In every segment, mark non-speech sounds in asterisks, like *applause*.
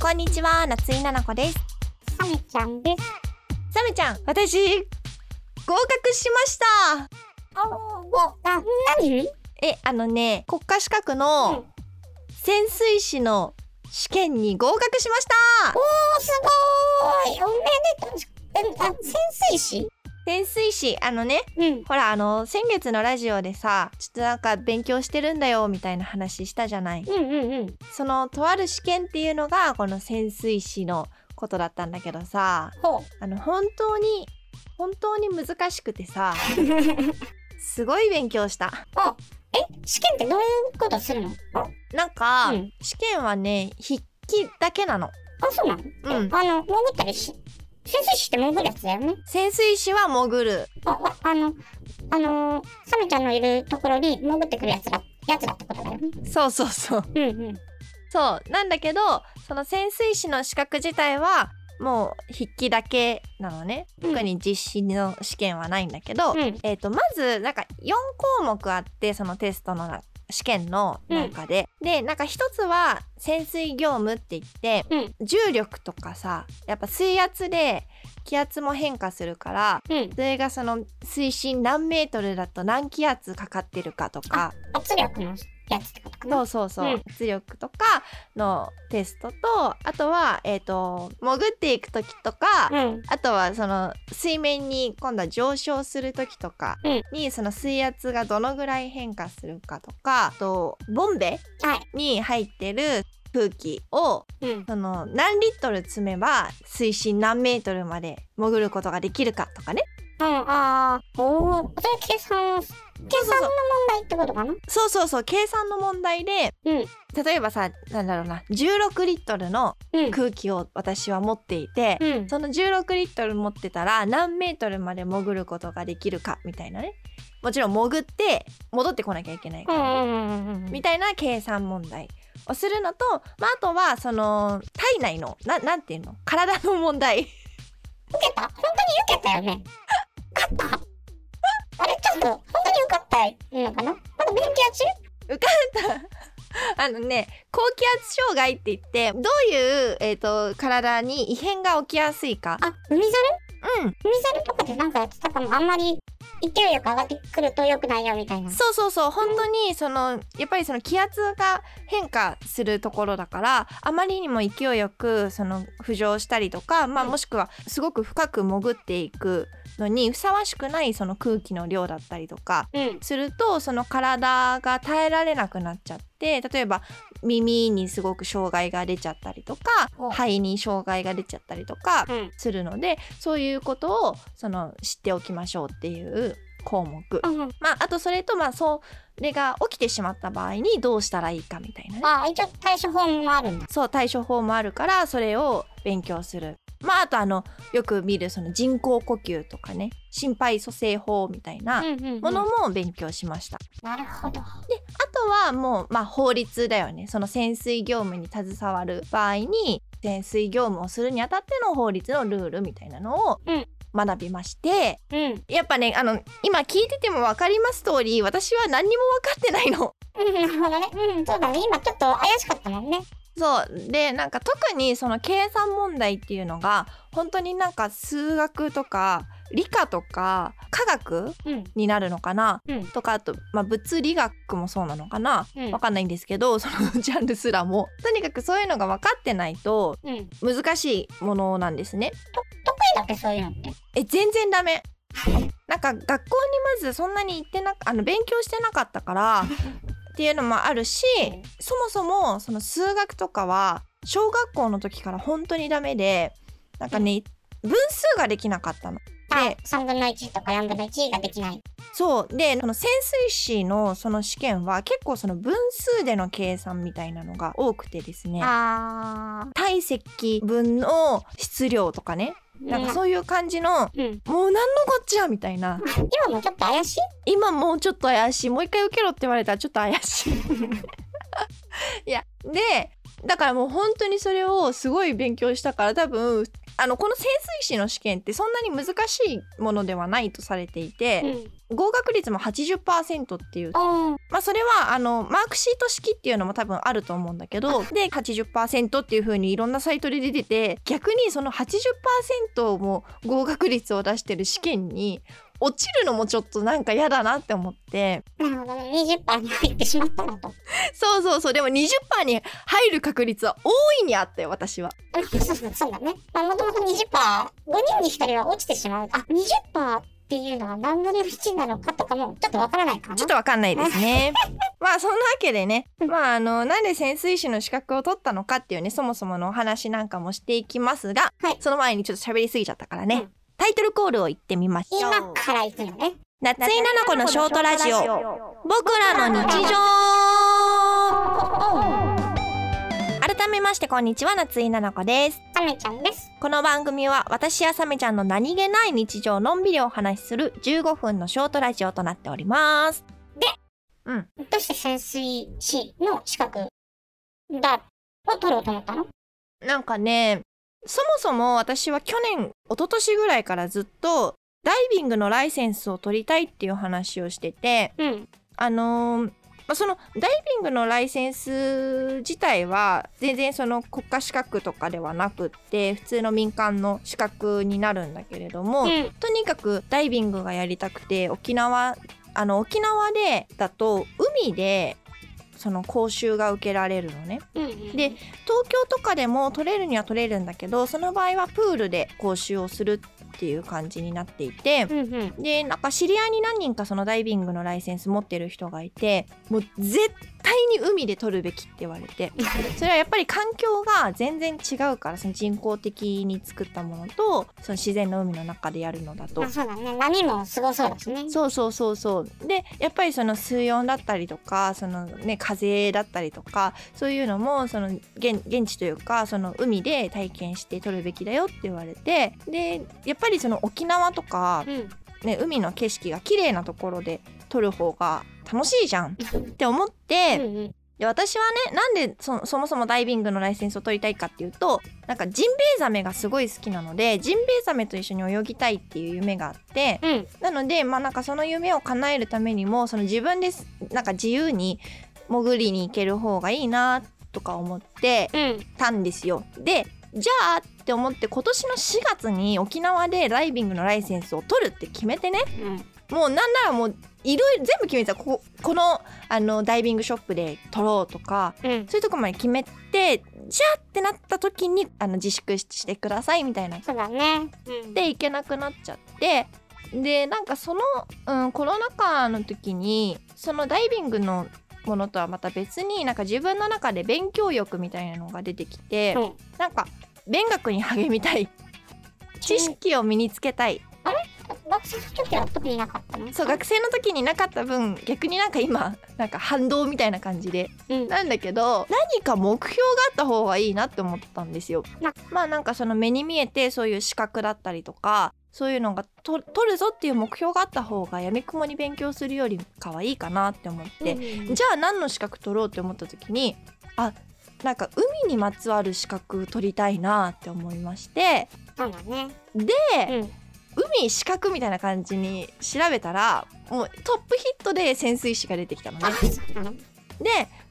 こんにちは、夏井奈々子です。サメちゃんです。サメちゃん、私、合格しましたあ、もう、な、何え、あのね、国家資格の潜水士の試験に合格しましたおー、すごーい。おめでとう。え、あ、潜水士潜水士、あのね、うん。ほら、あの、先月のラジオでさ、ちょっとなんか勉強してるんだよ、みたいな話したじゃない。うんうんうん。その、とある試験っていうのが、この潜水士のことだったんだけどさ、ほう。 *laughs* あの、本当に、本当に難しくてさ、え、すごい勉強した。試験ってどういうことするのあ、なんか、うん試験はね、筆記だけなの。あそうなのえうんあの、潜ったりし、潜水士って潜るやつだよね。潜水士は潜る。あ、ああの、あのー、サメちゃんのいるところに潜ってくるやつだ、やつだってことだよね。そうそうそう。うんうん。そう。なんだけど、その潜水士の資格自体は、もう筆記だけなのね。うん特に実施の試験はないんだけど、うん。えっ、と、まず、なんか4項目あって、そのテストのな試験の中で。で、なんか一つは潜水業務って言って、うん重力とかさ、やっぱ水圧で気圧も変化するから、うん。それがその水深何メートルだと何気圧かかってるかとか、圧力のやつってことかそな。うそうそう、うん圧力とかのテストとあとは、えっと潜っていく時とか、うん。あとはその水面に今度は上昇する時とかにその水圧がどのぐらい変化するかとかあとボンベはい。に入ってる空気をうん。その何リットル詰めば水深何メートルまで潜ることができるかとかねうん、ああ、おお、それ計算を、計算の問題ってことかなそうそうそう計算の問題で、うん例えばさなんだろうな16リットルのうん。空気を私は持っていて、うん。その16リットル持ってたら何メートルまで潜ることができるかみたいなねもちろん潜って戻ってこなきゃいけないかうら、んうんうんうん。みたいな計算問題をするのと、まあ、あとはその体内のななんていうの体の問題 *laughs* 受けた本当に受けたよね。受かったあれちょっと、本当に受かったのかなまだ勉強中あのね高気圧障害って言ってどういう、えー、と体に異変が起きやすいか。あ、海猿うん海猿とかでなんかやってたかも。あんまり勢いよく上がってくると良くないよみたいな。そうそうそう本当にそのやっぱりその気圧が変化するところだからあまりにも勢いよくその浮上したりとか、まあ、うんもしくはすごく深く潜っていくのにふさわしくないその空気の量だったりとかうん。するとその体が耐えられなくなっちゃって例えば耳にすごく障害が出ちゃったりとかお肺に障害が出ちゃったりとかうん。するのでそういうことをその知っておきましょうっていう項目。うん。まあ、あとそれとまあそれが起きてしまった場合にどうしたらいいかみたいなねああ、一応対処法もあるんだ。そう対処法もあるからそれを勉強するまああとあのよく見るその人工呼吸とかね心肺蘇生法みたいなうんうん、うん。ものも勉強しました、なるほど。あとはもうまあ法律だよねその潜水業務に携わる場合に潜水業務をするにあたっての法律のルールみたいなのをうん学びまして、うん。うんやっぱねあの今聞いてても分かります通り私は何にも分かってないの。なるほどね。うん、そうだね。今ちょっと怪しかったもんね。そうでなんか特にその計算問題っていうのが本当になんか数学とか理科とか科学うん。になるのかな、うんとかあと、まあ、物理学もそうなのかなうんわ。かんないんですけどそ *laughs* のジャンルすらもとにかくそういうのが分かってないとうん。得意難しいものなんですね。だっけ、そういうのって。え全然ダメなんか学校にまずそんなに行ってなあの勉強してなかったからっていうのもあるしうんそもそもその数学とかは小学校の時から本当にダメでなんかね分数ができなかったの。はいで。 3分の1とか4分の1ができない。そうでその潜水士のその試験は結構その分数での計算みたいなのが多くてですねあ体積分の質量とかねー。なんかそういう感じのうん。うん。もう何のこっちゃみたいな今もちょっと怪しい今もうちょっと怪しいもう一回受けろって言われたらちょっと怪しいいやでだからもう本当にそれをすごい勉強したから多分あのこの潜水士の試験ってそんなに難しいものではないとされていて、合格率も80%っていううん。おーまあそれはあのマークシート式っていうのも多分あると思うんだけどで80%っていう風にいろんなサイトで出てて逆にその80%も合格率を出してる試験に落ちるのもちょっとなんか嫌だなって思ってなるほどね。20%に入ってしまったなと。そうそうそうでも20%に入る確率は大いにあったよ私は。まあそうそうそうだね。まあ、もともと20%、5人に1人は落ちてしまう。あ、20%っていうのは何分の1なのかとかも、ちょっとわからないかな。ちょっとわかんないですね。 *laughs* まあそんなわけでね、まああの、なんで潜水士の資格を取ったのかっていうね、そもそものお話なんかもしていきますが、はいその前にちょっと喋りすぎちゃったからね、うんタイトルコールを言ってみましょ今う。から行くのね。夏井菜々子のショートラジオ、僕らの日常改めましてこんにちは、夏井菜々子です。カメちゃんです。この番組は私やサメちゃんの何気ない日常をのんびりお話しする15分のショートラジオとなっております。で、うん。どうして潜水士の資格だを取ろうと思ったのなんかね、そもそも私は去年、一昨年ぐらいからずっと、ダイビングのライセンスを取りたいっていう話をしてて、うん。あのーまあそのダイビングのライセンス自体は全然その国家資格とかではなくって普通の民間の資格になるんだけれども、うん。とにかくダイビングがやりたくて沖縄あの沖縄でだと海でその講習が受けられるのね。うん。で、東京とかでも取れるには取れるんだけどその場合はプールで講習をするっていう感じになっていてう、んうん。でなんか知り合いに何人かそのダイビングのライセンス持ってる人がいてもう絶対に海で取るべきって言われてそれはやっぱり環境が全然違うからその人工的に作ったものとその自然の海の中でやるのだとまあ、。そうだね。波もすごそうだしね。そうそうそうそうでやっぱりその水温だったりとかその、ね、風だったりとかそういうのもその現現地というかその海で体験して撮るべきだよって言われてでやっぱりその沖縄とか、うん。ね、海の景色が綺麗なところで撮る方が楽しいじゃんって思って、うんうん。で私はねなんでそそもそもダイビングのライセンスを取りたいかっていうとなんかジンベエザメがすごい好きなのでジンベエザメと一緒に泳ぎたいっていう夢があって。うん。なのでまあなんかその夢を叶えるためにもその自分ですなんか自由に潜りに行ける方がいいなとか思ってうん。たんですよ。でじゃあって思って今年の4月に沖縄でダイビングのライセンスを取るって決めてねうん。もうなんならもういろいろ全部決めてたこここのあのダイビングショップで取ろうとかうん。そういうとこまで決めてじゃあってなった時にあの自粛してくださいみたいなそうだね。うん。で行けなくなっちゃってでなんかその、うん、コロナ禍の時にそのダイビングのものとはまた別になんか自分の中で勉強欲みたいなのが出てきて、うんなんか勉学に励み *laughs* たい知識を身につけたい、学生の時は特になかったのそう学生の時になかった分逆になんか今なんか反動みたいな感じでうん。なんだけど何か目標があった方がいいなって思ったんですよな。まあなんかその目に見えてそういう資格だったりとかそういうのがと取るぞっていう目標があった方がやみくもに勉強するよりかはいいかなって思って、うんじゃあ何の資格取ろうって思った時にあなんか海にまつわる資格取りたいなって思いましてそうだね。で、うん。海資格みたいな感じに調べたらもうトップヒットで潜水士が出てきたのねあ、。そうなので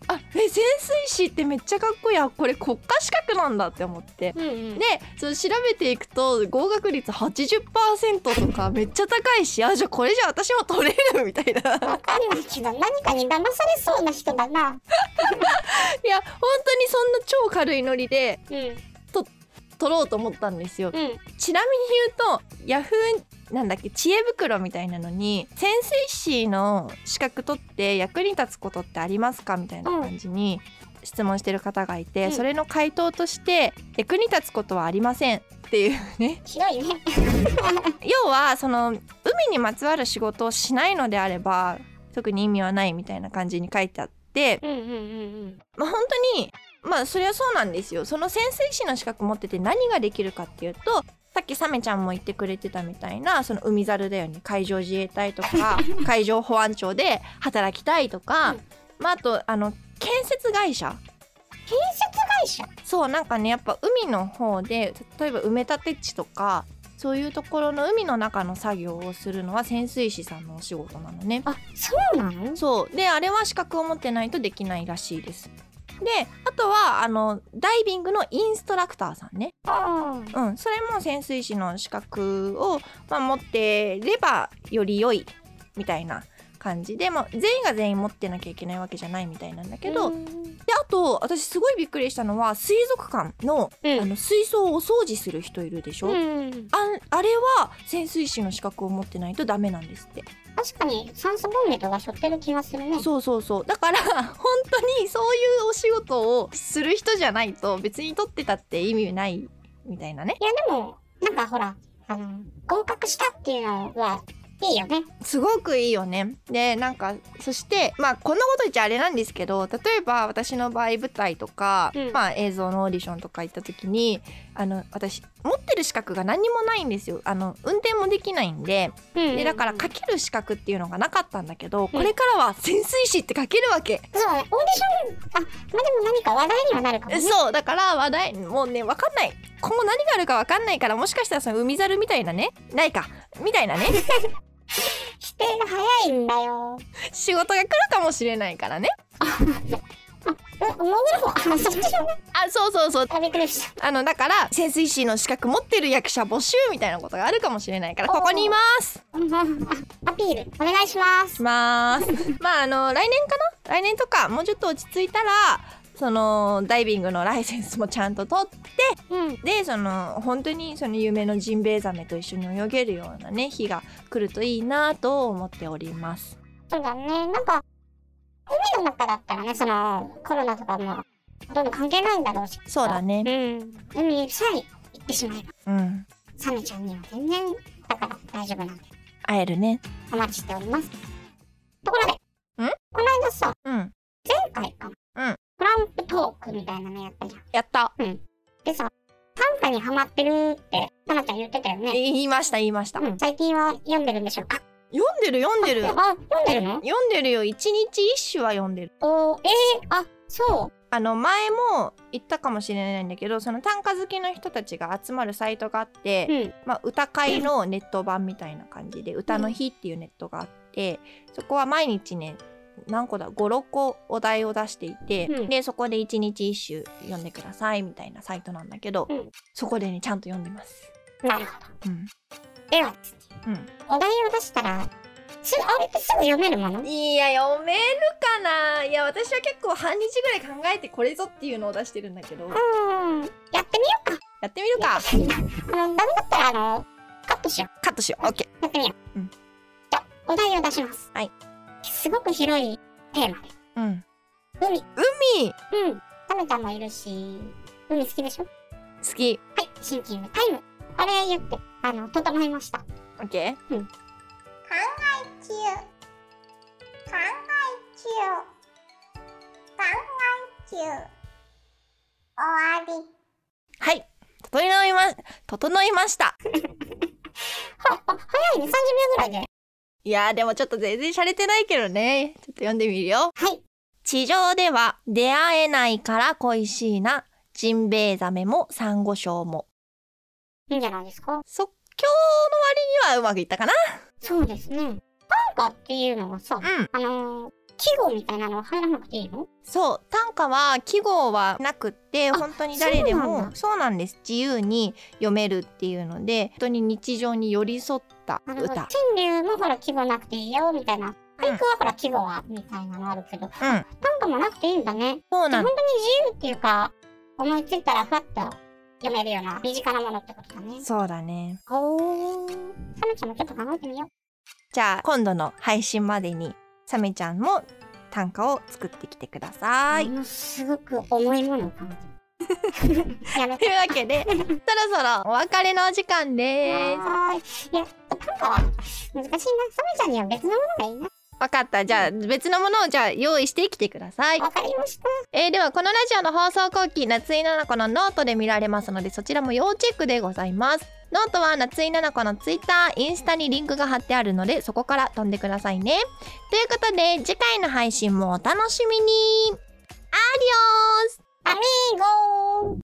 あえ潜水士ってめっちゃかっこいいあこれ国家資格なんだって思ってうんうん。でその調べていくと合格率80%とかめっちゃ高いしあじゃあこれじゃ私も取れるみたいないや本わかんないけど、何かに騙されそうな人だな。当にそんな超軽いノリでうん。うん。取ろうと思ったんですよちなみに言うとヤフーなんだっけ知恵袋みたいなのに潜水士の資格取って役に立つことってありますかみたいな感じに質問してる方がいて、うんそれの回答として役に立つことはありませんっていう *laughs* ねひどいね。 *laughs* 要はその海にまつわる仕事をしないのであれば特に意味はないみたいな感じに書いてあって、うんうんうんまあ、本当にまあそりゃそうなんですよその潜水士の資格持ってて何ができるかっていうとさっきサメちゃんも言ってくれてたみたいなその海猿だよね海上自衛隊と *laughs* か海上保安庁で働きたいとか、うんまあ、あとあの建設会社建設でしょ。そうなんかねやっぱ海の方で例えば埋め立て地とかそういうところの海の中の作業をするのは潜水士さんのお仕事なのね。あ、そうなのそうであれは資格を持ってないとできないらしいです。であとはあのダイビングのインストラクターさんね、ああ。うん、それも潜水士の資格を、まあ、持ってればより良いみたいな感じで、まあ、全員が全員持ってなきゃいけないわけじゃないみたいなんだけど、うでん。あと私すごいびっくりしたのは水族館のうんあの水槽をお掃除する人いるでしょ、うん。ああれは潜水士の資格を持ってないとダメなんですって確かに酸素ボンベとか背負ってる気がするね。そうそうそうだから *laughs* 本当にそういうお仕事をする人じゃないと別に取ってたって意味ないみたいなねいやでも、なんかほら、あの、合格したっていうのは、いいよね。すごくいいよねでなんかそしてまあこんなこと言っちゃあれなんですけど例えば私の場合舞台とか、うんまあ映像のオーディションとか行った時にあの私持ってる資格が何にもないんですよあの運転もできないんでうんでだから書ける資格っていうのがなかったんだけどこれからは潜水士って書けるわけ、そうだね。オーディション、あ、まあ、でも何か話題にはなるかもね。そうだから話題もうね分かんない今後何があるか分かんないからもしかしたらその海猿みたいなねないかみたいなね *laughs* 否定が早いんだよ。仕事が来るかもしれないからねお、もうも、あ、そっちのね。あそうそうそうあ、びっくりした。 *laughs* あのだから潜水士の資格持ってる役者募集みたいなことがあるかもしれないからここにいますうんうんあアピール、お願いします。います *laughs* まああの来年かな来年とかもうちょっと落ち着いたらそのダイビングのライセンスもちゃんと取ってうん。でその本当にその夢のジンベエザメと一緒に泳げるようなね日が来るといいなと思っております。そうだね。なんか、海の中だったらね、その、コロナとかも、ほとんど関係ないんだろうし。そうだね。うん。海さえ行ってしまえば、うん。サメちゃんには全然、だから大丈夫なんで、会えるね。お待ちしております。ところで、んこの間さ、うん。前回かな。うん。トランプトークみたいなのやったじゃん。やった。でさ、短歌にハマってるって、タナちゃん言ってたよね。言いました言いました。うん、最近は読んでるんでしょうか読んでる読んでる。読あ、読んでるのんでるよ。一日一首は読んでる。おー、えー、あ、そあの前も言ったかもしれないんだけどその短歌好きの人たちが集まるサイトがあっう。うて、ん。まあ、歌会のネット版みたいな感じで「歌の日」っていうネットがあってそこは毎日ね何個だ56個お題を出していて、うんでそこで一日一首読んでくださいみたいなサイトなんだけど、うんそこでねちゃんと読んでます。なるほど。うんではですね、うんお題を出したら、すあれってすぐ読めるものいや読めるかないや私は結構半日ぐらい考えてこれぞっていうのを出してるんだけどやうん。やってってみるかみようか。あの、ダメだったら、あの、カットしよカットしよう OK う。やってみよう。うん。じゃあ、お題を出します。はい。すごく広いテーマで。うん海。海うん。タナちゃんもいるし、海好きでしょ好きはい、シンキングタイム。あれ言って、あの、整いました。考 OK え中。考え中。考え中。終わり。はい整いま整いましたは、は、早いね。30秒ぐらいで。いやーでもちょっと全然洒落てないけどねちょっと読んでみるよはい。地上では出会えないから恋しいなジンベエザメもサンゴ礁もいいんじゃないですか即興の割にはうまくいったかなそうですね。短歌っていうのはさ、うんあのー、季語みたいなのは入らなくていいのそう短歌は記号はなくってあ本当に誰でそうもなそんうなんです自由に読めるっていうので本当に日常に寄り添ったなるほど。歌川柳もほら季語なくていいよ、みたいな。俳句はほら季語は、みたいなのあるけど、うん短歌もなくていいんだね。そうじなゃあの本当に自由っていうか、思いついたらふわっと読めるような身近なものってことだね。そうだねおー。サムちゃんもちょっと考えてみよじゃあ今度の配信までにサメちゃんも短歌を作ってきてくだう。さい、ものすごく重いものを考えてる。やとめ *laughs* て。いうわけでそろそろお別れのお時間ですはーい。いや、短歌は難しいな。サムちゃんには別のものがいいな。わかったじゃあ別のものをじゃあ用意してきてくださいわかりました。えーではこのラジオの放送後期夏井菜々子のノートで見られますのでそちらも要チェックでございますノートは夏井菜々子のツイッターインスタにリンクが貼ってあるのでそこから飛んでくださいねということで次回の配信もお楽しみにアディオースアミーゴー